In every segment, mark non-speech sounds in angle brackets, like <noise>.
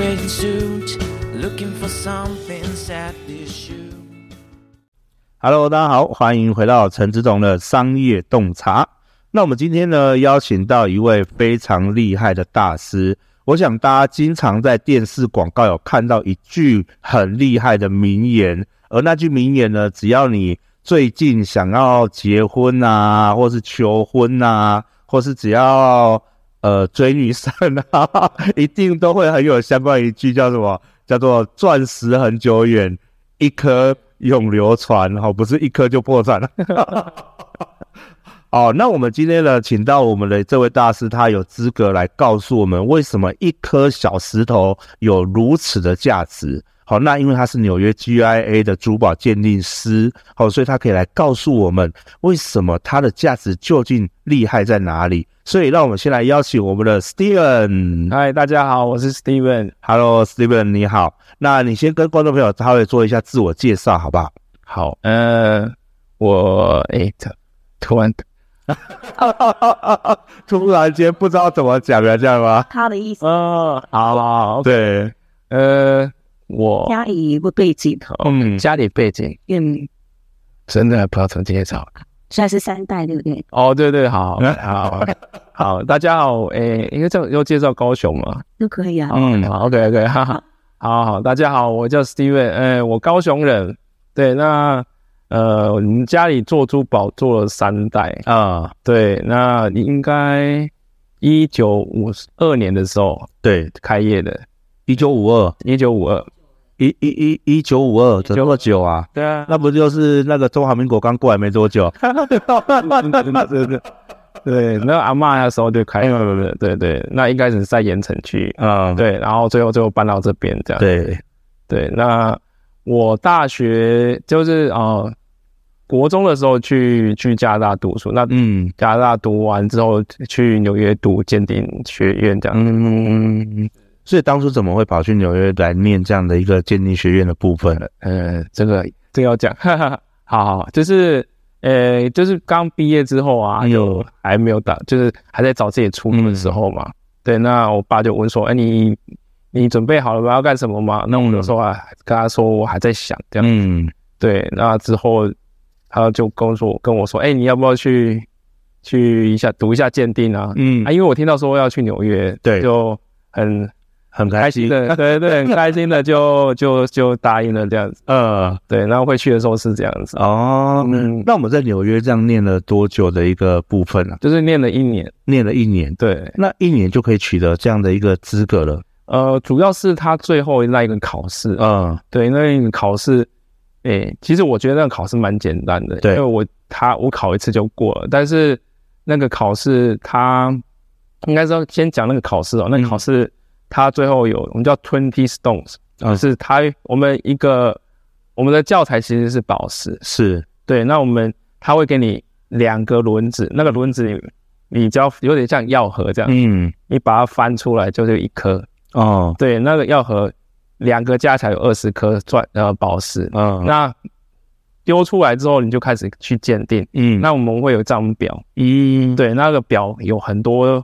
in suit, looking for something sadly shoe. Hello，大家好，欢迎回到陈志总的商业洞察。那我们今天呢，邀请到一位非常厉害的大师。我想大家经常在电视广告有看到一句很厉害的名言，而那句名言呢，只要你最近想要结婚啊，或是求婚啊，或是只要呃追女生啊， <laughs> 一定都会很有相关一句叫什么？叫做“钻石很久远，一颗永流传”哦，不是一颗就破产。 <laughs> 哦，那我们今天呢，请到我们的这位大师，他有资格来告诉我们为什么一颗小石头有如此的价值。好，那因为他是纽约 GIA 的珠宝鉴定师，好，所以他可以来告诉我们为什么它的价值究竟厉害在哪里。所以，让我们先来邀请我们的 Steven。嗨，大家好，我是 Steven。 Hello，Steven，你好。那你先跟观众朋友稍微做一下自我介绍，好不好？好，呃，我诶，突突然 <laughs> 突然间不知道怎么讲了，这样 <laughs> 吗？他的意哦思，啊，好了，好对，呃，我家里不对劲，嗯，家里背景嗯，真的不知道怎么介绍。现在是三代，对不对？哦，对对，好，嗯好，好，大家好，诶，因为这样要介绍高雄嘛，都可以啊。嗯，好，OK，OK，哈哈，好好，大家好，我叫 Steven，呃，我高雄人，对，那呃，我们家里做珠宝做了三代，啊，对，那应该一九五二年的时候对，开业的，一九五二，一九五二。一一一一九五二，怎么那么久啊？对啊，那不就是那个中华民国刚过来没多久？对对对，那阿嬷那时候就开，对对对，那一开始是在盐城区，嗯，对，然后最后最后搬到这边这样。对，对，那我大学就是呃，国中的时候去去加拿大读书，那嗯加拿大读完之后去纽约读鉴定学院这样。嗯，所以当初怎么会跑去纽约来念这样的一个鉴定学院的部分？呃，这个这个要讲， <laughs> 哈哈，好好，就是呃，就是刚毕业之后啊，哎呦有还没有打，就是还在找自己出路的时候嘛。对，那我爸就问说，哎、你你准备好了吗？要干什么吗？那我就说啊，跟他说我还在想这样。嗯，对，那之后他就跟我说跟我说，哎、你要不要去去一下读一下鉴定啊？嗯啊，因为我听到说要去纽约，对就很很开开心心。的，对对，很开心的就就就答应了这样子。呃，对，然后会去的时候是这样子，哦，嗯那我们在纽约这样念了多久的一个部分啊？就是念了一年。念了一年，对，那一年就可以取得这样的一个资格了。呃，主要是他最后那一个考试，啊，嗯对，那个考试，诶、其实我觉得那个考试蛮简单的，对因为我他我考一次就过了，但是那个考试他应该是要先讲那个考试哦，那个考试他最后有我们叫 twenty stones，嗯就是他我们一个我们的教材其实是宝石，是，对，那我们他会给你两个轮子，那个轮子你你只要有点像药盒这样，嗯，你把它翻出来就是一颗。哦，对，那个药盒两个加起来有二十颗钻呃宝石，嗯，那丢出来之后你就开始去鉴定。嗯，那我们会有一张表，嗯，对，那个表有很多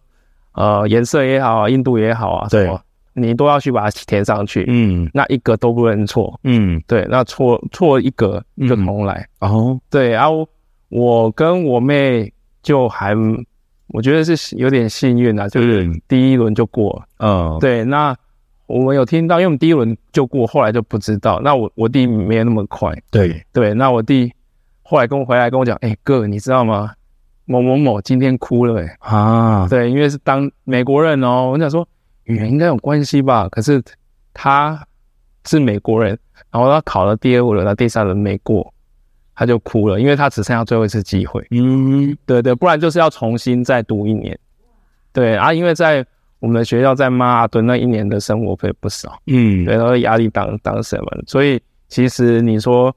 呃颜色也好啊，硬度也好啊，对什么，你都要去把它填上去。嗯那一格都不能错，嗯，对，那错错一格就重来。哦，对，然、后我跟我妹就还，我觉得是有点幸运啊，就是嗯第一轮就过了。嗯，对，那我们有听到，因为我们第一轮就过，后来就不知道。那我我弟没有那么快，对，对，那我弟后来跟我回来跟我讲，哎、哥，你知道吗？某某某今天哭了、欸，哎，啊，对，因为是当美国人哦，我想说语言应该有关系吧，可是他是美国人，然后他考了第二轮，那第三轮没过，他就哭了，因为他只剩下最后一次机会。嗯对对，不然就是要重新再读一年。对啊，因为在我们的学校在曼哈顿那一年的生活费不少，嗯，对，然后压力当当什么，所以其实你说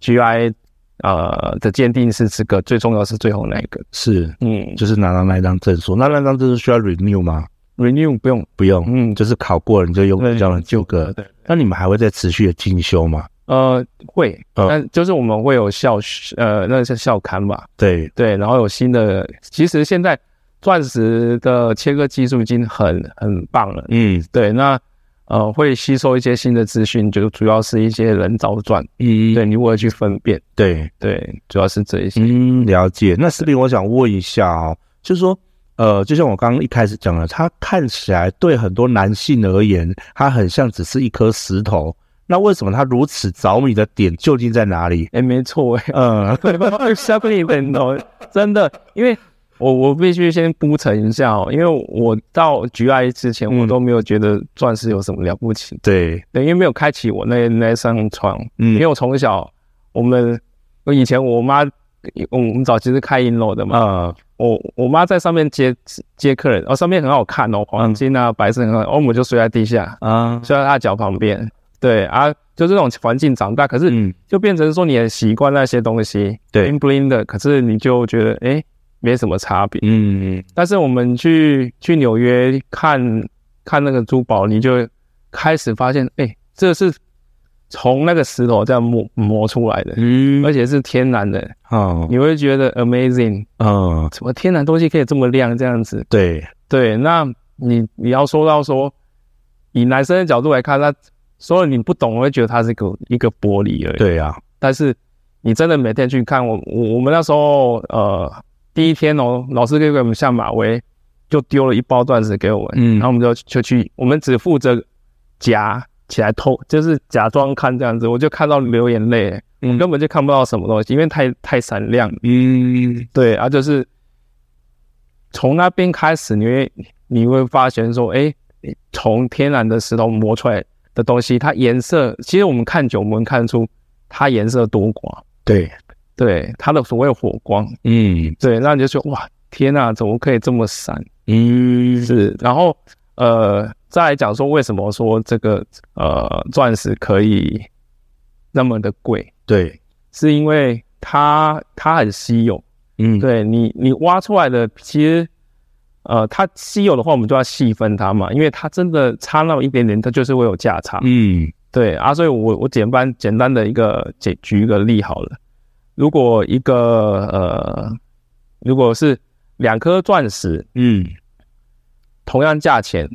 GI 呃的鉴定是这个最重要是最后那一个，是，嗯就是拿到那一张证书，那那张证书需要 renew 吗？ ，renew 不用，不用，嗯，就是考过了你就用对这样的旧格。对，那你们还会再持续的进修吗？呃会，嗯但就是我们会有校呃那是校刊吧，对，对，然后有新的，其实现在钻石的切割技术已经很很棒了，嗯对，那呃会吸收一些新的资讯，就主要是一些人造传，嗯，对你如何去分辨，对，对，主要是这一些。嗯，了解。那斯林，我想问一下哦，就是说，呃，就像我刚刚一开始讲的，它看起来对很多男性而言，它很像只是一颗石头。那为什么它如此着迷的点究竟在哪里？哎、没错、哎，嗯，对吧？Exactly，人头真的，因为我我必须先铺陈一下哦，因为我到局爱之前，嗯我都没有觉得钻石有什么了不起，对，对，因为没有开启我那那扇窗，因嗯为，我从小我们我以前我妈，我们早期是开银楼的嘛，呃，我我妈在上面接接客人，哦，上面很好看哦，黄金啊、白色很好看，哦，我们就睡在地下，啊，睡在她脚旁边，对啊，就这种环境长大，可是嗯，就变成说你很习惯那些东西，对 bling bling 的，可是你就觉得哎、诶没什么差别。嗯，但是我们去去纽约看看那个珠宝，你就开始发现，哎、这是从那个石头这样磨磨出来的，嗯，而且是天然的，哦，你会觉得 amazing，嗯，什么天然东西可以这么亮这样子？对，对，那你你要说到说，以男生的角度来看，他所有你不懂，我会觉得它是一个一个玻璃而已。对啊，但是你真的每天去看我，我我们那时候呃第一天哦，老师就给我们下马威，就丢了一包钻石给我们，嗯然后我们就就去，我们只负责夹起来偷，就是假装看这样子，我就看到流眼泪，嗯根本就看不到什么东西，因为太太闪亮了。嗯，对啊，就是从那边开始，你会你会发现说，哎、从天然的石头磨出来的东西，它颜色，其实我们看久，我们看得出它颜色多寡，对，对它的所谓火光，嗯，对，那你就说哇，天呐、怎么可以这么闪？嗯，是，然后呃，再来讲说为什么说这个呃钻石可以那么的贵，对，是因为它它很稀有，嗯，，对你，你挖出来的其实，呃，它稀有的话，我们就要细分它嘛，因为它真的差那么一点点，它就是会有价差。嗯，对啊，所以我我简单简单的一个举举一个例好了，如果一个呃，如果是两颗钻石嗯，同样价钱，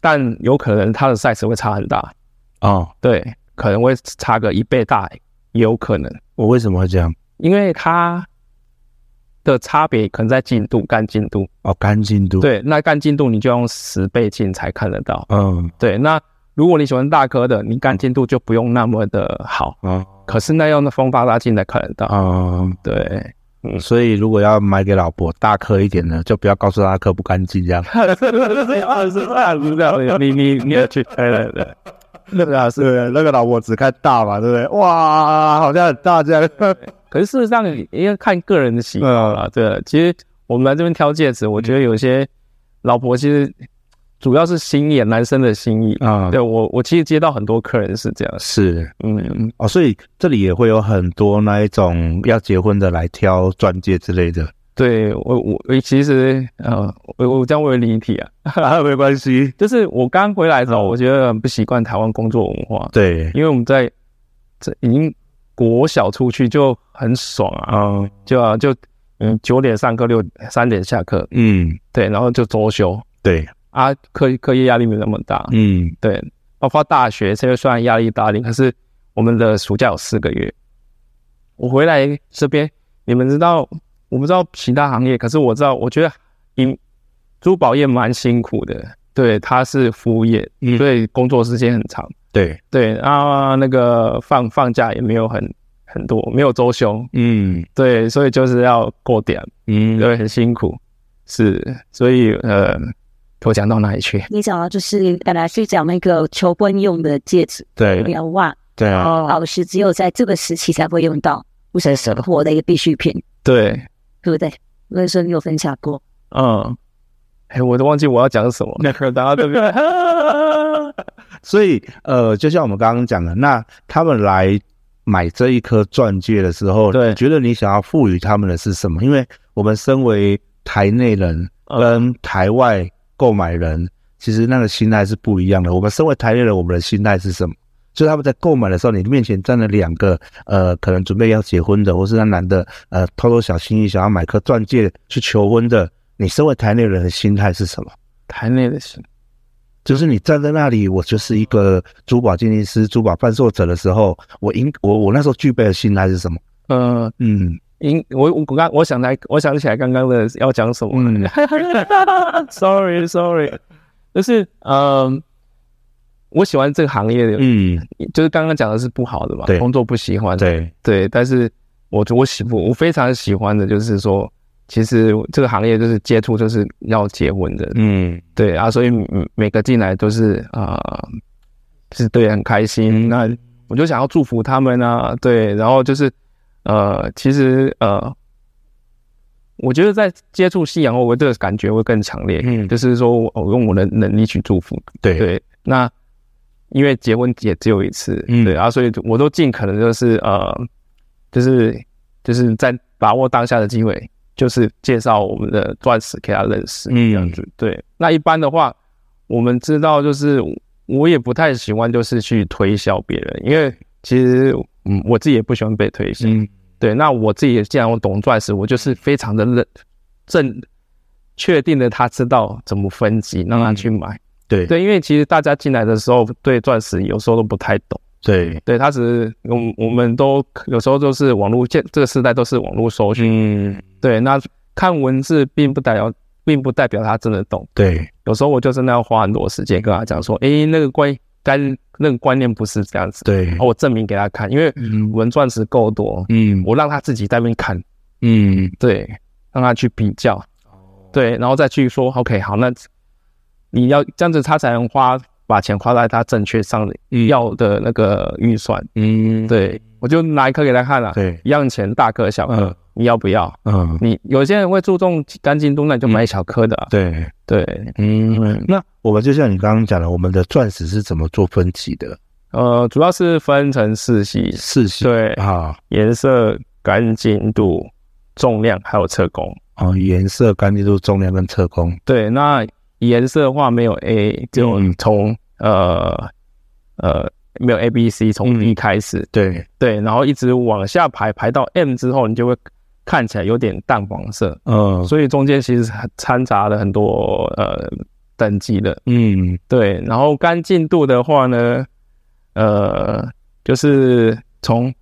但有可能它的 size 会差很大，哦，对，可能会差个一倍大，也有可能，我为什么会这样？因为它的差别可能在进度干进度。哦，干净度，，对，那干净度你就用十倍镜才看得到。嗯，对，那如果你喜欢大颗的，你干净度就不用那么的好，啊可是那用的放放大镜才看得到。啊，对，所以如果要买给老婆大颗一点的，就不要告诉她颗不干净这样。你你你要去，对对对， <laughs> 那个啊，是那个老婆只看大嘛，对不对？哇，好像很大这 <laughs> 样。可是事实上也要看个人的喜好嗯啦。对，其实我们来这边挑戒指，我觉得有些老婆其实主要是心眼，男生的心意。啊，对我，我其实接到很多客人是这样，是嗯，哦，所以这里也会有很多那一种要结婚的来挑钻戒之类的。对我我我其实呃，我我这样我有离题啊，啊，没关系。就是我刚回来的时候，我觉得很不习惯台湾工作文化，对，因为我们在这已经国小出去就很爽啊，嗯就啊就嗯九点上课，六三点下课，嗯，对，然后就周休对，啊，课课业压力没那么大，嗯对，包括大学这个虽然压力大点，可是我们的暑假有四个月，我回来这边，你们知道，我不知道其他行业，可是我知道，我觉得银珠宝业蛮辛苦的，对，它是服务业，嗯，所以工作时间很长，对，对啊，那个放放假也没有很很多，没有周休，嗯对，所以就是要过点，嗯，对，很辛苦，是，所以呃，我讲到哪里去？你讲到就是本来是讲那个求婚用的戒指，不对要忘，对啊，哦，宝石只有在这个时期才会用到，不是生活的一个必需品，对，对不对？那时候你有分享过，嗯，哎，我都忘记我要讲什么。那个大家对不对？ <laughs> 所以呃，就像我们刚刚讲的，那他们来买这一颗钻戒的时候，对你觉得你想要赋予他们的是什么？因为我们身为台内人跟台外购买人，其实那个心态是不一样的。我们身为台内人，我们的心态是什么？就是他们在购买的时候，你面前站了两个呃，可能准备要结婚的，或是那男的呃偷偷小心翼翼想要买颗钻戒去求婚的，你身为台内人的心态是什么？台内的心，就是你站在那里，我就是一个珠宝鉴定师、珠宝贩售者的时候，我应我我那时候具备的心态是什么？呃，嗯，因我我刚我想来，我想起来刚刚的要讲什么了。sorry 嗯 <laughs> Sorry，就是嗯，我喜欢这个行业的，嗯，就是刚刚讲的是不好的嘛，对工作不喜欢，对，对，但是我我喜我我非常喜欢的就是说，其实这个行业就是接触就是要结婚的，嗯，对啊，所以每每个进来都是啊、是对很开心。嗯那我就想要祝福他们啊，对，然后就是呃，其实呃，我觉得在接触信仰后，我这个感觉会更强烈，嗯就是说我我用我的能力去祝福，对，对，那因为结婚也只有一次，嗯对啊，所以我都尽可能就是呃，就是就是在把握当下的机会，就是介绍我们的钻石给他认识，嗯这样子。对，那一般的话，我们知道就是我也不太喜欢就是去推销别人，因为其实嗯我自己也不喜欢被推销，嗯，对，那我自己也既然我懂钻石，我就是非常的认正确定的，他知道怎么分级，让嗯他去买。对，对，因为其实大家进来的时候对钻石有时候都不太懂，对，对他只是我们我们都有时候都是网络见这个时代都是网络搜寻，嗯，对，那看文字并不代表并不代表他真的懂，对，有时候我就真的要花很多时间跟他讲说，诶，那个观干那个观念不是这样子，哦对然，后我证明给他看，因为嗯我们钻石够多，嗯，我让他自己在那边看，嗯，对，让他去比较，哦对，然后再去说 OK 好，那你要这样子，他才能花把钱花在他正确上的要的那个预算。嗯，，对我就拿一颗给他看了、啊对，一样钱大颗小颗，嗯你要不要？嗯，你有些人会注重干净度，那你就买小颗的啊、对，对，嗯，那我们就像你刚刚讲的，我们的钻石是怎么做分级的？呃，主要是分成四系：四系对啊，颜色、干净度、重量还有测工。哦，颜色、干净度、重量跟测功。对，那颜色的话没有 A，只有嗯从、呃呃没有 A、B、C，从嗯 E 开始，对，对，然后一直往下排，排到 M 之后，你就会看起来有点淡黄色，嗯，所以中间其实掺杂了很多呃等级的，嗯，对，然后干净度的话呢，呃，就是从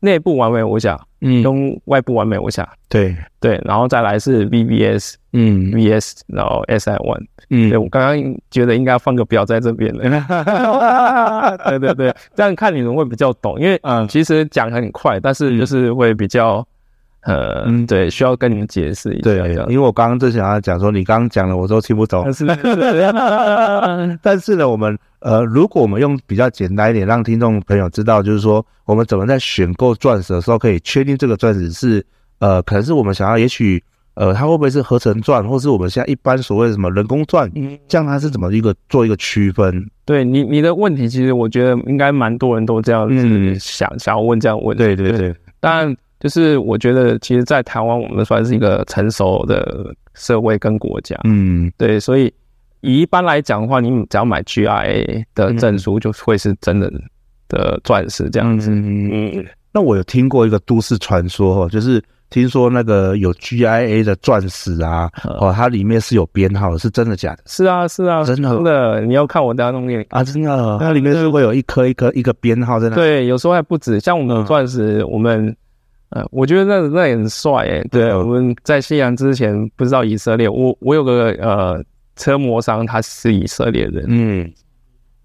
内部完美无瑕，嗯，跟外部完美无瑕，对，对，然后再来是 VVS。嗯， VS，然后 SI One。对嗯，我刚刚觉得应该放个表在这 <laughs> 边了。对对对，这样看你们会比较懂，因为嗯其实讲很快，但是就是会比较呃，嗯对，需要跟你们解释一下对这，样。因为我刚刚正想要讲说，你刚刚讲的我都听不懂但，是 <laughs> 对但是呢，我们呃，如果我们用比较简单一点，让听众朋友知道，就是说我们怎么在选购钻石的时候，可以确定这个钻石是呃，可能是我们想要，也许呃，它会不会是合成钻，或是我们现在一般所谓的什么人工钻，这样它是怎么一个做一个区分？你你的问题，其实我觉得应该蛮多人都这样子嗯想、想要问这样的问题。对对对，当然，就是我觉得其实，在台湾我们算是一个成熟的社会跟国家，嗯对，所以以一般来讲的话，你只要买 GIA 的嗯证书，就会是真的的钻石这样子。嗯。嗯，那我有听过一个都市传说哦，就是听说那个有 GIA 的钻石啊，哦，它里面是有编号的，是真的假的？是啊，是啊，真的真的，你要看我等下弄给你看。啊，真的，它里面是会有一颗一颗一个编号在那。对，有时候还不止，像我们嗯钻石，我们。呃，我觉得那那也很帅诶、对，嗯我们在信仰之前不知道以色列，我我有个呃车模商，他是以色列人，嗯，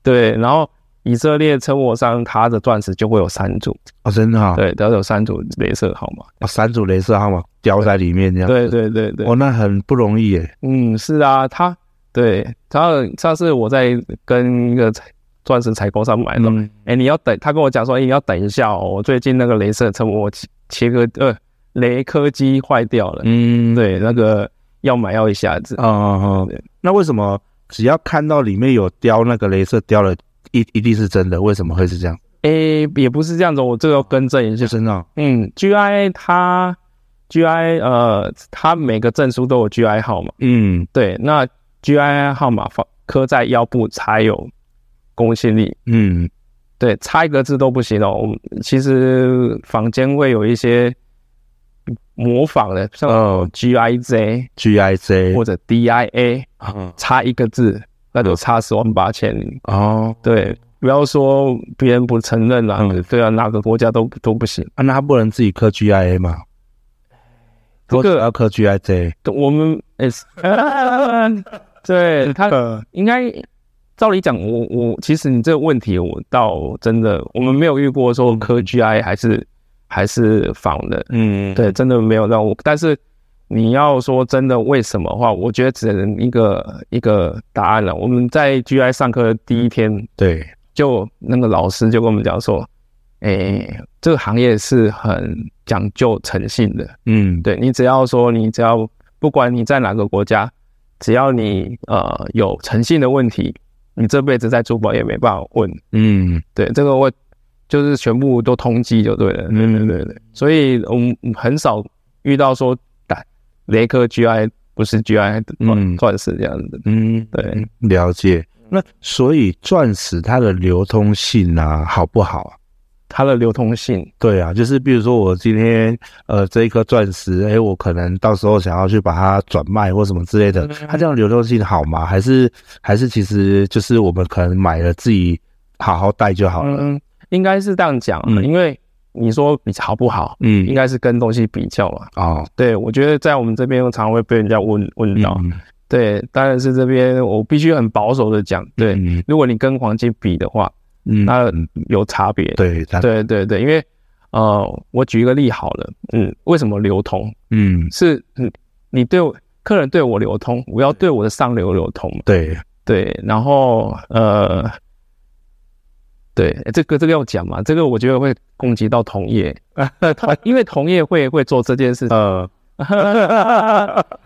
对，然后以色列车模商他的钻石就会有三组，哦，真的啊、对，都有三组镭射号码，哦，三组镭射号码雕在里面这样。对对对对，哦，那很不容易耶。嗯，是啊，他对他上次我在跟一个采钻石采购商买的，哎、嗯你要等，他跟我讲说，哎、你要等一下哦，我最近那个镭射车我切切割呃雷科机坏掉了，嗯，对，那个要买要一下子，哦哦哦对，那为什么只要看到里面有雕那个镭射雕了，一一定是真的？为什么会是这样？哎、也不是这样子，我这个要更正一下就，真的哦、嗯，GI 它 GI 呃，它每个证书都有 GI 号码，嗯对，那 GI 号码放刻在腰部才有公信力。嗯对，差一个字都不行哦。我们其实坊间会有一些模仿的，像哦 GIZ ，G I J，或者 DIA，嗯差一个字那就差十万八千里。哦，对，不要说别人不承认啦、对啊，哪个国家都都不行。啊，那他不能自己刻 GIA 吗？这多个少要刻 GIJ，我们 S，对他呃，应该照理讲，我我其实你这个问题，我倒真的我们没有遇过说科 GI 还是还是仿的，嗯，对，真的没有让我。但是你要说真的为什么的话，我觉得只能一个一个答案了。我们在 GI 上课的第一天，对，就那个老师就跟我们讲说，诶、这个行业是很讲究诚信的，嗯，对你只要说你只要不管你在哪个国家，只要你呃有诚信的问题，你这辈子在珠宝也没办法问。嗯，对，这个我就是全部都通缉就对了。嗯对对对，所以我们很少遇到说打雷克 GI 不是 GI 嗯钻钻石这样子的。嗯，对，嗯了解。那所以钻石它的流通性啊，好不好啊？它的流通性，对啊，就是比如说我今天呃这一颗钻石，哎，我可能到时候想要去把它转卖或什么之类的，嗯它这样流动性好吗？还是还是其实就是我们可能买了自己好好戴就好了。嗯，应该是这样讲啊，嗯因为你说比好不好，嗯应该是跟东西比较嘛。哦，对，我觉得在我们这边常会被人家问问到，嗯对，当然是这边我必须很保守的讲，对，嗯如果你跟黄金比的话，嗯，那有差别。对，它对对对，因为呃，我举一个例好了，嗯，为什么流通嗯，是嗯你对我客人对我流通，我要对我的上流流通嘛？对，对，然后呃，对，这个这个要讲嘛，这个我觉得会攻击到同 <laughs> 业，因为同业会会做这件事情。呃， <laughs>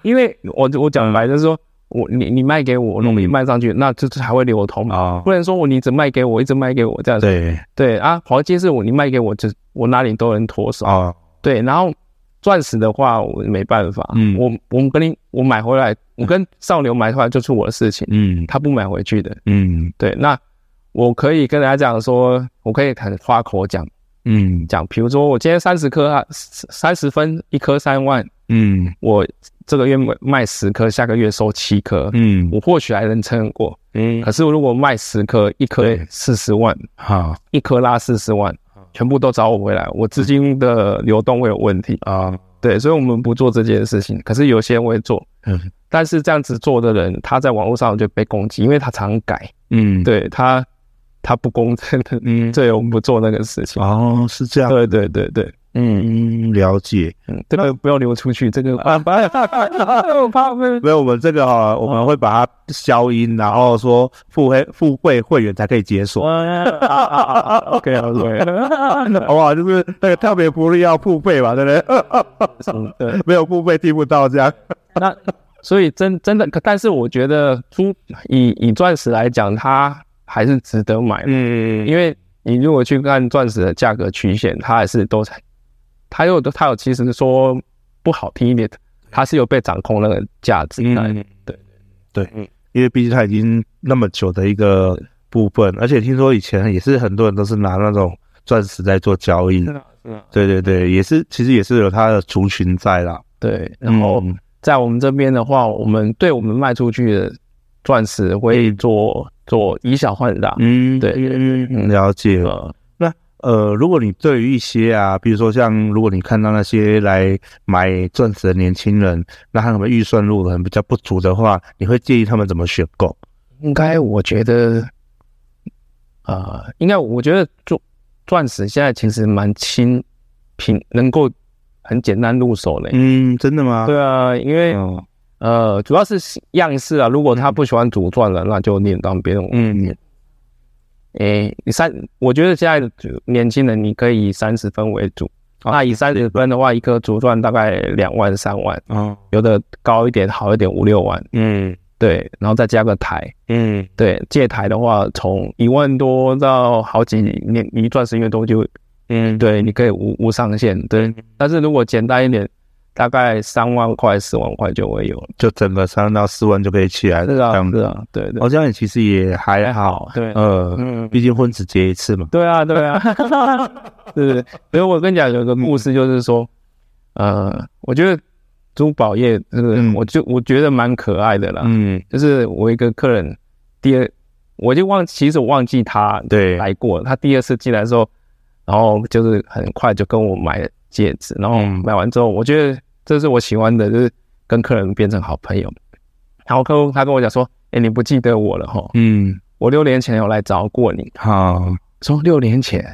因为我我讲白就是说，我你你卖给我，嗯你卖上去，那这才会流通嘛。哦，不能说我你只卖给我，一直卖给我这样子。对，对啊，黄金是我你卖给我，就我哪里都能脱手。哦，对，然后钻石的话，我没办法。嗯我我们跟你我买回来，我跟上流买回来就是我的事情，嗯他不买回去的。嗯对，那我可以跟大家讲说，我可以很夸口讲嗯讲，比如说我今天三十颗啊，三十分一颗三万，嗯我这个月卖卖十颗，下个月收七颗，嗯我或许还能撑得过。嗯，可是如果卖十颗，一颗对四十万，好一颗拉四十万，全部都找我回来，我资金的流动会有问题。啊，对，所以我们不做这件事情。可是有些人会做，嗯 <laughs> 但是这样子做的人，他在网络上就被攻击，因为他常改，嗯，，对他他不公正的。嗯，对，我们不做那个事情。哦，是这样，对对对对，嗯嗯，了解。嗯，这个不要流出去，这个啊， <laughs> 不要，我怕 <laughs> 被没有，我们这个哈、我们会把它消音，然后说付费付费会员才可以解锁， OK OK，好不好？就是那个特别福利要付费嘛，对不对？嗯对，没有付费听不到这样。那所以真真的，可但是我觉得珠以以钻石来讲，它还是值得买的，嗯因为你如果去看钻石的价格曲线，它还是都在，它有它有其实说不好听一点，它是有被掌控那个价值在嗯的，对对，因为毕竟它已经那么久的一个部分，而且听说以前也是很多人都是拿那种钻石在做交易。对对对，也是，其实也是有它的族群在啦。对，然后嗯在我们这边的话，我们对我们卖出去的钻石会做做以小换大，嗯对，嗯了解了。呃，那呃，如果你对于一些啊，比如说像如果你看到那些来买钻石的年轻人，那他们预算如果可能比较不足的话，你会建议他们怎么选购？应该我觉得，呃，应该我觉得钻钻石现在其实蛮轻平，能够很简单入手的。嗯，真的吗？对啊，因为哦，呃，主要是样式啊。如果他不喜欢主钻了，那就另当别论。嗯诶、你三，我觉得现在年轻人你可以以三十分为主。哦那以三十分的话，一颗主钻大概两万三万，哦，有的高一点好一点五六万，嗯对，然后再加个台，嗯对，借台的话，从一万多到好几年，你钻石越多就，嗯，对，你可以无无上限，对。但是如果简单一点，大概三万块、四万块就会有了。就整个三到四万就可以起来了，是这啊，样是子。啊，对对哦，这样也其实也还好，对呃，嗯毕竟婚只结一次嘛。对啊，对 <laughs> 啊，对对。所以我跟你讲，有个故事就是说，呃，我觉得珠宝业，这个嗯我就我觉得蛮可爱的啦。嗯就是我一个客人第二，我就忘，其实我忘记他对来过了。他第二次进来的时候，然后就是很快就跟我买了戒指，然后嗯买完之后，我觉得这是我喜欢的，就是跟客人变成好朋友。然后客户他跟我讲说：“哎，你不记得我了哈？嗯，我六年前有来找过你。好，”说六年前，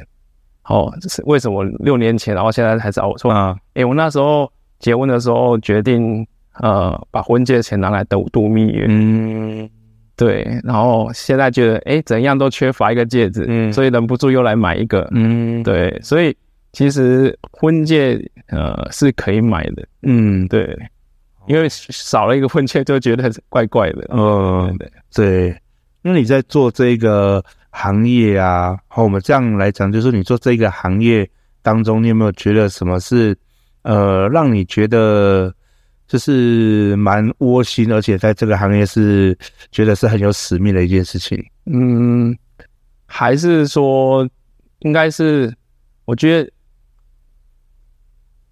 哦，这是为什么六年前，然后现在才找我？说啊，诶，我那时候结婚的时候决定，呃，把婚戒钱拿来度度蜜月，嗯，对，然后现在觉得，诶，怎样都缺乏一个戒指，嗯所以忍不住又来买一个，嗯，，对，所以其实婚戒，呃，是可以买的，嗯，对，对，因为少了一个婚戒就觉得怪怪的，呃对，对，对，那你在做这个行业啊，好，我们这样来讲，就是你做这个行业当中，你有没有觉得什么是呃，让你觉得就是蛮窝心，而且在这个行业是觉得是很有使命的一件事情？嗯，还是说，应该是，我觉得，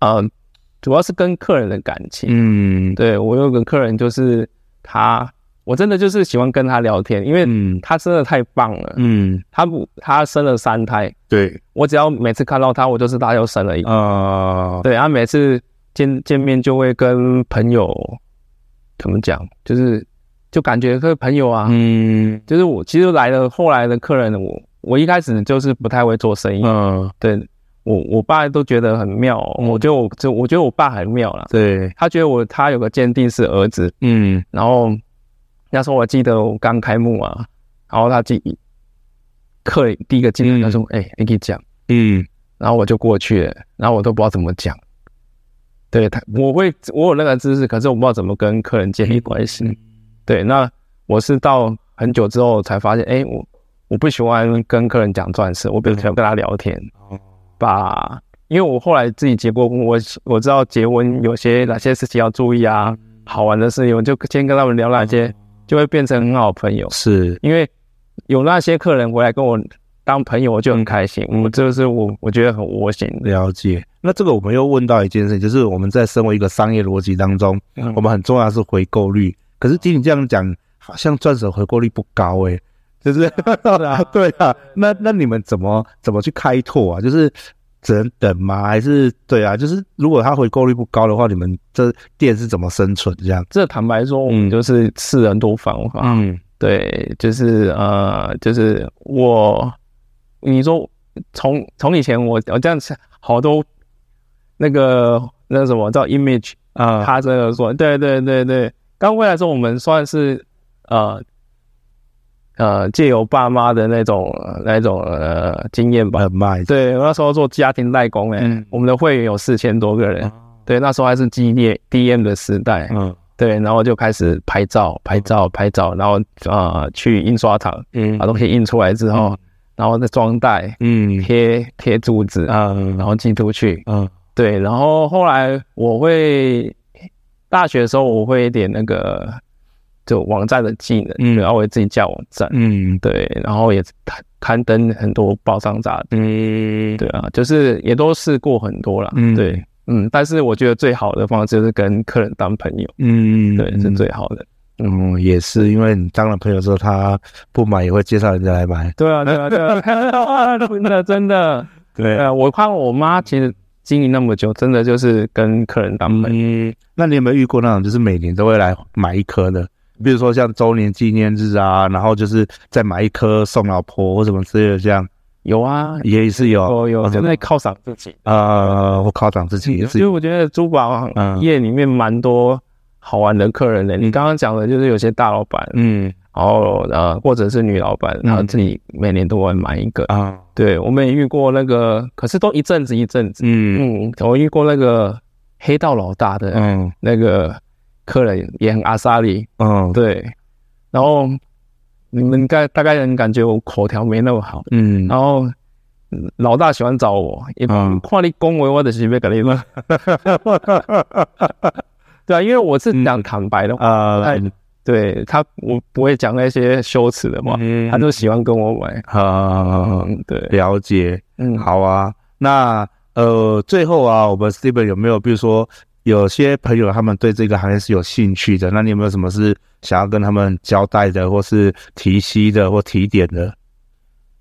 呃，主要是跟客人的感情，嗯，对我有个客人就是他，我真的就是喜欢跟他聊天，因为嗯他真的太棒了。嗯，他不，他生了三胎，对，我只要每次看到他，我就知道他又生了一个。呃，对，他啊每次见见面就会跟朋友怎么讲，就是就感觉跟朋友啊，嗯，就是我其实来了后来的客人，我我一开始就是不太会做生意，呃，对我我爸都觉得很妙哦，我觉得我就我觉得我爸很妙啦，对，他觉得我他有个鉴定是儿子，嗯，然后那时候我记得我刚开幕啊，然后他进客人第一个进来，他说：“哎、你可以讲。嗯，”然后我就过去了，然后我都不知道怎么讲。对他，我会我有那个知识，可是我不知道怎么跟客人建立关系。对，那我是到很久之后才发现，哎、我我不喜欢跟客人讲赚事，我比较喜欢跟他聊天。把，因为我后来自己结过婚，我我知道结婚有些哪些事情要注意啊，好玩的事情，我就先跟他们聊那些，就会变成很好的朋友。是，因为有那些客人回来跟我当朋友，我就很开心。嗯我这个是我我觉得很窝心的。了解。那这个我们又问到一件事情，就是我们在身为一个商业逻辑当中，嗯我们很重要的是回购率。可是听你这样讲，好像钻石回购率不高诶、就是 <laughs> 对啊。那那你们怎么怎么去开拓啊？就是只能等吗？还是对啊？就是如果它回购率不高的话，你们这店是怎么生存这样？这坦白说，我们就是试很多方法。嗯对，就是呃，就是我，你说从从以前我我这样子好多那个那什么叫 image 啊他这个说，对对对对，刚回来的时候我们算是呃呃借由爸妈的那种呃那种呃经验吧。很卖对，我那时候做家庭代工、欸，嗯哦我们的会员有四千多个人，对，那时候还是激烈 DM 的时代，嗯对，然后就开始拍照、拍照、拍照，然后啊、呃去印刷厂嗯把东西印出来之后，然后再装袋、嗯贴贴柱子，嗯然后寄出去。嗯对，然后后来我会大学的时候我会一点那个就网站的技能，嗯然后我会自己架网站，嗯对，然后也刊刊登很多报章杂志，嗯对啊，就是也都试过很多啦，嗯对，嗯，但是我觉得最好的方式就是跟客人当朋友，嗯对，是最好的。嗯，也是，因为你当了朋友之后，他不买也会介绍人家来买。对啊，对啊，对 <laughs> 啊，真的真的，对呃，我看我妈其实经营那么久，真的就是跟客人当朋友。嗯，那你有没有遇过那种就是每年都会来买一颗的？比如说像周年纪念日啊，然后就是再买一颗送老婆或什么之类的，这样有啊，也是有。有有，哦真的犒赏自己。呃，我犒赏自己也所是以有。我觉得珠宝嗯业里面蛮多好玩的客人的。你刚刚讲的就是有些大老板，嗯然后呃，或者是女老板，然后自己每年都会买一个。啊，对，我们也遇过那个，可是都一阵子一阵子。嗯嗯，我遇过那个黑道老大的嗯那个客人，也很阿萨里。嗯对，然后你们大大概能感觉我口条没那么好，嗯，然后嗯老大喜欢找我，也嗯看你恭维我的是被给你了， <laughs> 对啊，因为我是讲坦白的话，啊，哎对他我不会讲那些羞耻的话，嗯他就喜欢跟我玩，啊，嗯，对，了解。嗯，好啊，那呃，最后啊，我们 Steven 有没有，比如说有些朋友他们对这个行业是有兴趣的，那你有没有什么是想要跟他们交代的，或是提息的，或提点的？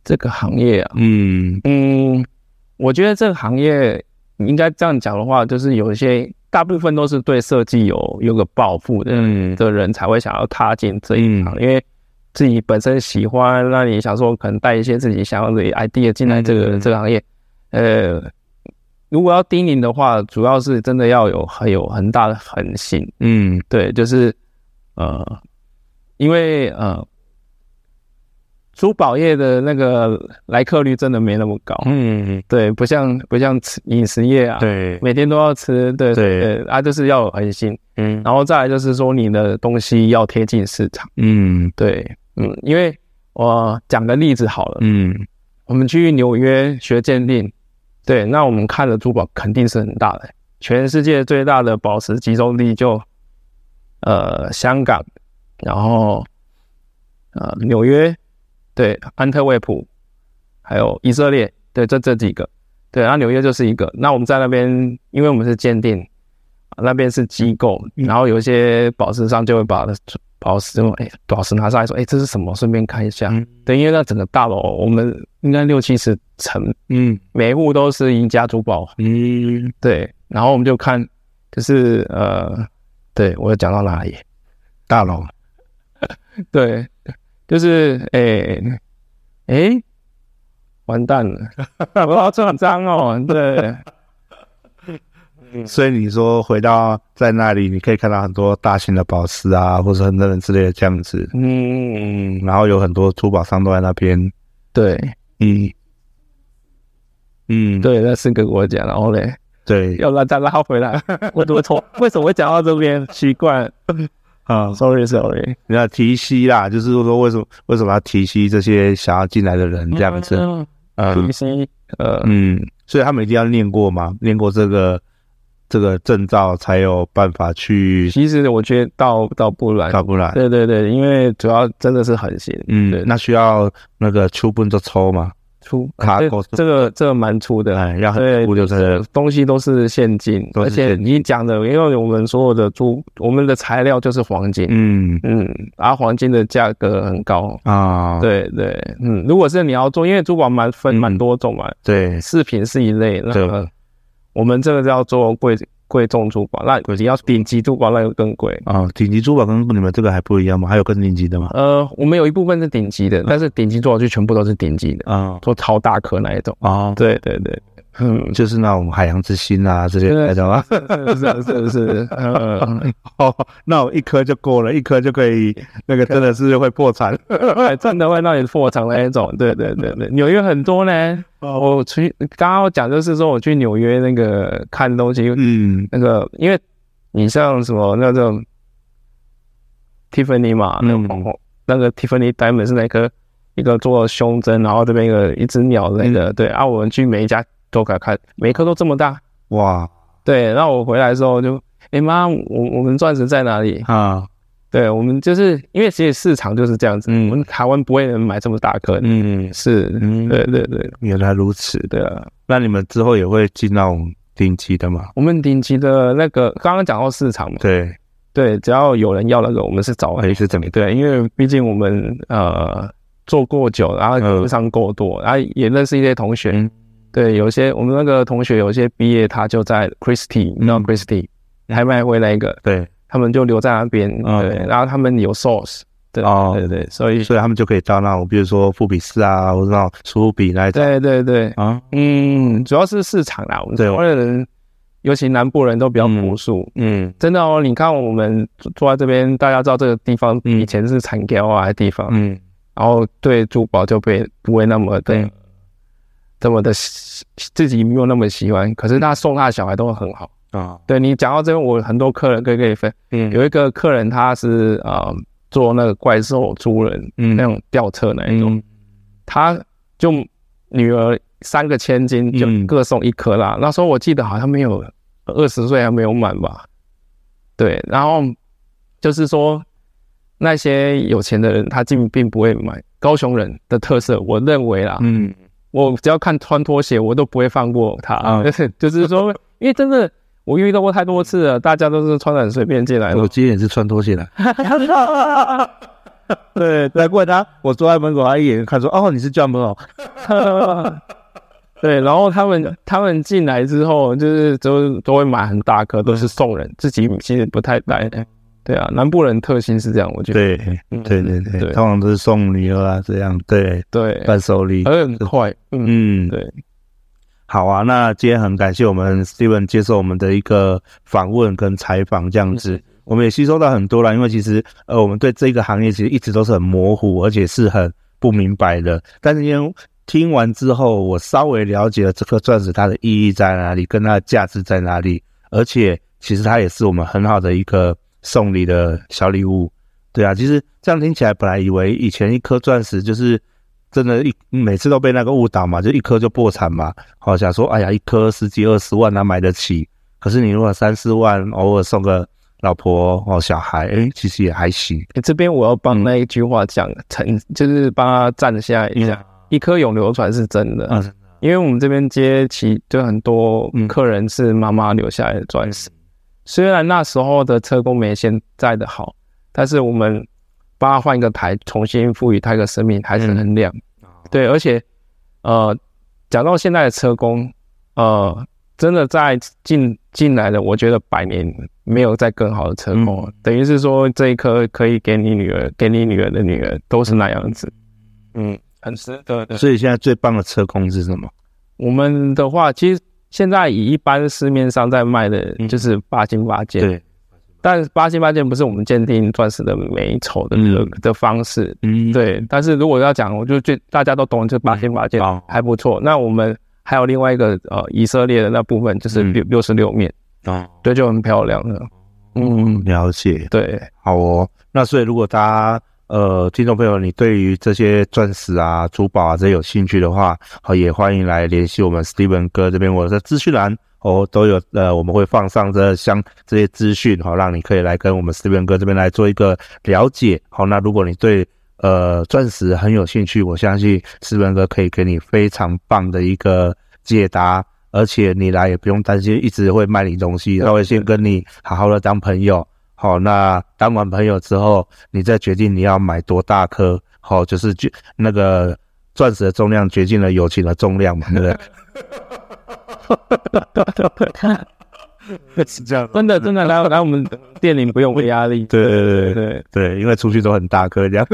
这个行业啊，嗯嗯，我觉得这个行业应该这样讲的话，就是有一些大部分都是对设计有有个抱负的嗯的人才会想要踏进这一行，嗯因为自己本身喜欢，那你想说可能带一些自己想要的 idea 进来这个、嗯这个行业，呃，如果要经营的话，主要是真的要有很有很大的恒心，嗯对，就是呃，因为呃，珠宝业的那个来客率真的没那么高，嗯，对，不像不像吃饮食业啊，，对，每天都要吃，对对对，啊，就是要有恒心，嗯然后再来就是说你的东西要贴近市场，嗯对，嗯，因为我讲个例子好了，嗯我们去纽约学鉴定，对，那我们看的珠宝肯定是很大的，全世界最大的宝石集中地就，呃，香港，然后，呃，纽约，对，安特卫普，还有以色列，对，这这几个，对，然后纽约就是一个。那我们在那边，因为我们是鉴定，那边是机构，然后有一些宝石商就会把宝石，哎，宝石拿上来说，哎，这是什么？顺便看一下，嗯对，因为那整个大楼我们应该六七十层，嗯每一户都是一家珠宝。嗯，对，然后我们就看，就是呃，对我有讲到哪里？大佬， <laughs> 对，就是诶诶、完蛋了，我好紧张哦。对，所以你说回到在那里，你可以看到很多大型的宝石啊，或者很多人之类的这样子。嗯，嗯，然后有很多珠宝商都在那边。对嗯嗯，对，那四个国家，然后嘞，对要拉再拉回来，我我从 <laughs> 为什么会讲到这边？奇怪啊， ，sorry sorry，你要提息啦，就是说为什么为什么要提息这些想要进来的人这样子？嗯提西，呃，嗯，所以他们一定要练过嘛，练过这个这个证照才有办法去，其实我觉得到到不然，要不然对对对，因为主要真的是很闲，嗯对，那需要那个出本就抽嘛，出卡这口这个这个蛮粗的，啊哎，要很对出就是东西都是现金，都而是现且金你讲的，因为我们所有的珠，我们的材料就是黄金，嗯嗯，啊，黄金的价格很高，啊，对对，嗯，如果是你要做，因为珠宝蛮分嗯蛮多种嘛，对饰品是一类，那对呃我们这个叫做贵贵重珠宝，那你要顶级珠宝那就更贵，啊，顶级珠宝跟你们这个还不一样吗？还有更顶级的吗？呃，我们有一部分是顶级的，但是顶级珠宝就全部都是顶级的，啊做超大颗那一种。啊，对对对，嗯，就是那种海洋之心啊这些对那种啊。是是是， <laughs> 呃， <laughs> 哦，那我一颗就够了，一颗就可以，那个真的是会破产。 <laughs> 对哎真的会让你破产那一种。对对对对，纽约很多呢。哦，我去，刚刚我讲就是说我去纽约那个看东西，嗯那个因为你像什么那种 Tiffany 嘛，那个嗯红红那个 Tiffany Diamond 是那颗一个做胸针，然后这边一个一只鸟的那嗯个，对啊，我们去每一家都敢看，每一颗都这么大。哇对，然后我回来的时候就，哎、妈，我我们钻石在哪里？啊，对我们就是因为其实市场就是这样子，嗯我们台湾不会有人买这么大颗的，嗯，是，嗯对对对原来如此。对啊。那你们之后也会进那种顶级的吗？我们顶级的那个刚刚讲到市场嘛，对，对，只要有人要那个，我们是找还是怎么？对，因为毕竟我们呃做过久，然后嗯非常够多，然后也认识一些同学。嗯对，有些我们那个同学有些毕业他就在 Christie，你知嗯道 Christie 拍卖会那一个，对，他们就留在那边。嗯对，然后他们有 source。对哦对对，所以所以他们就可以到那种，比如说富比士啊，或者那种苏富比那一种对对对，啊。嗯，主要是市场啦，我们对台湾人，尤其南部人都比较朴素。嗯真的哦，你看我们坐坐在这边，大家知道这个地方嗯以前是产雕啊的地方，嗯然后对珠宝就被不会那么的对这么的喜自己没有那么喜欢，可是嗯他送他的小孩都很好。啊对你讲到这边，我很多客人可以跟你分，嗯有一个客人他是呃做那个怪兽猪人嗯那种吊车那一种，嗯他就女儿三个千金就嗯各送一颗啦。那时候我记得好像没有二十岁还没有满吧，对，然后就是说那些有钱的人他并并不会买高雄人的特色，我认为啦，嗯 <laughs> 我只要看穿拖鞋我都不会放过他，啊就是说因为真的。我遇到过太多次了，大家都是穿的很随便进来的 <laughs> 我。今天也是穿拖鞋来。对，难怪他，我坐在门口，他一眼看说：“哦，你是 Jump 哦。 <laughs> 对，然后他们他们进来之后，就是都都会买很大颗，都是送人，自己其实不太带。对啊，南部人特性是这样，我”觉得。对，嗯对对对，对通常都是送女儿啊，这样对，对，伴手礼。而且很快，嗯，嗯，对，好啊，那今天很感谢我们 Steven 接受我们的一个访问跟采访，这样子，我们也吸收到很多啦。因为其实呃，我们对这个行业其实一直都是很模糊，而且是很不明白的。但是因为听完之后，我稍微了解了这颗钻石它的意义在哪里，跟它的价值在哪里，而且其实它也是我们很好的一个送礼的小礼物。对啊，其实这样听起来，本来以为以前一颗钻石就是真的一，每次都被那个误导嘛，就一颗就破产嘛。好、想说，哎呀，一颗十几二十万哪、买得起？可是你如果三四万，偶尔送个老婆哦小孩，哎、其实也还行。诶这边我要帮那一句话讲成，就是帮他站下一下。一颗永流传是真的，嗯，因为我们这边接起就很多嗯客人是妈妈留下来的钻石，虽然那时候的车工没现在的好，但是我们帮他换一个台，重新赋予他一个生命，还是很亮。对，而且呃，讲到现在的车工，呃，真的在进进来的，我觉得百年没有再更好的车工，了。等于是说这一颗可以给你女儿，给你女儿的女儿都是那样子，嗯，很值得的。所以现在最棒的车工是什么？我们的话，其实现在以一般市面上在卖的嗯就是八星八件，，但是八星八件不是我们鉴定钻石的美丑的、嗯的方式，嗯，对。但是如果要讲，我就觉得大家都懂，就八星八件、嗯好还不错。那我们还有另外一个呃以色列的那部分，就是嗯六六十六面，哦，对，就很漂亮了。嗯，了解。对，好哦，那所以如果大家呃听众朋友，你对于这些钻石啊、珠宝啊这些有兴趣的话，好、也欢迎来联系我们 Steven 哥这边，我的资讯栏哦都有呃，我们会放上这相这些资讯，好、让你可以来跟我们 Steven 哥这边来做一个了解。好、那如果你对呃钻石很有兴趣，我相信 Steven 哥可以给你非常棒的一个解答。而且你来也不用担心，一直会卖你东西，他会先跟你好好的当朋友，好，那当完朋友之后，你再决定你要买多大颗。好，就是决那个钻石的重量决定了友情的重量嘛，对不对？是这样真的真的来来我们店里不用有压力，嗯对对对对对，对，因为出去都很大颗这样。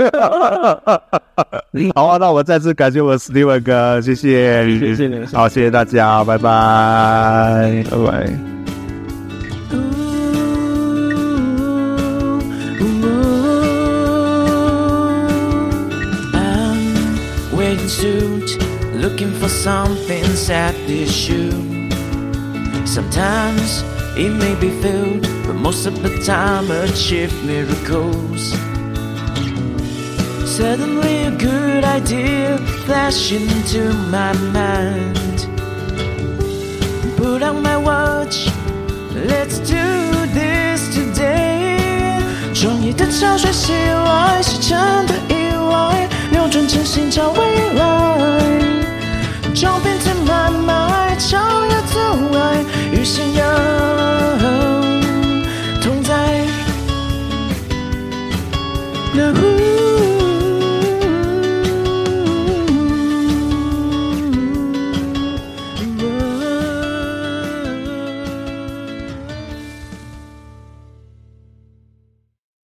好啊，那我再次感谢我们 Steven 哥，谢谢，谢谢你好，谢谢大家，拜拜。拜拜。 Ooh, ooh. I'm waiting suit, looking for something sad this shoe. Sometimes it may be filled, but most of the time achieve miracles. Suddenly a good idea flashed into my mind. Put on my watch. Let's do this today。创意的潮水袭来，是真的意外，扭转真心找未来。